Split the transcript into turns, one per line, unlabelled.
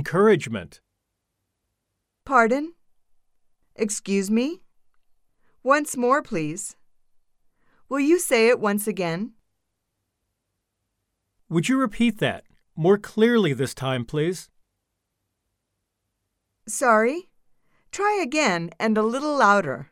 Encouragement.
Pardon? Excuse me? Once more, please. Will you say it once again?
Would you repeat that more clearly this time, please?
Sorry? Try again and a little louder.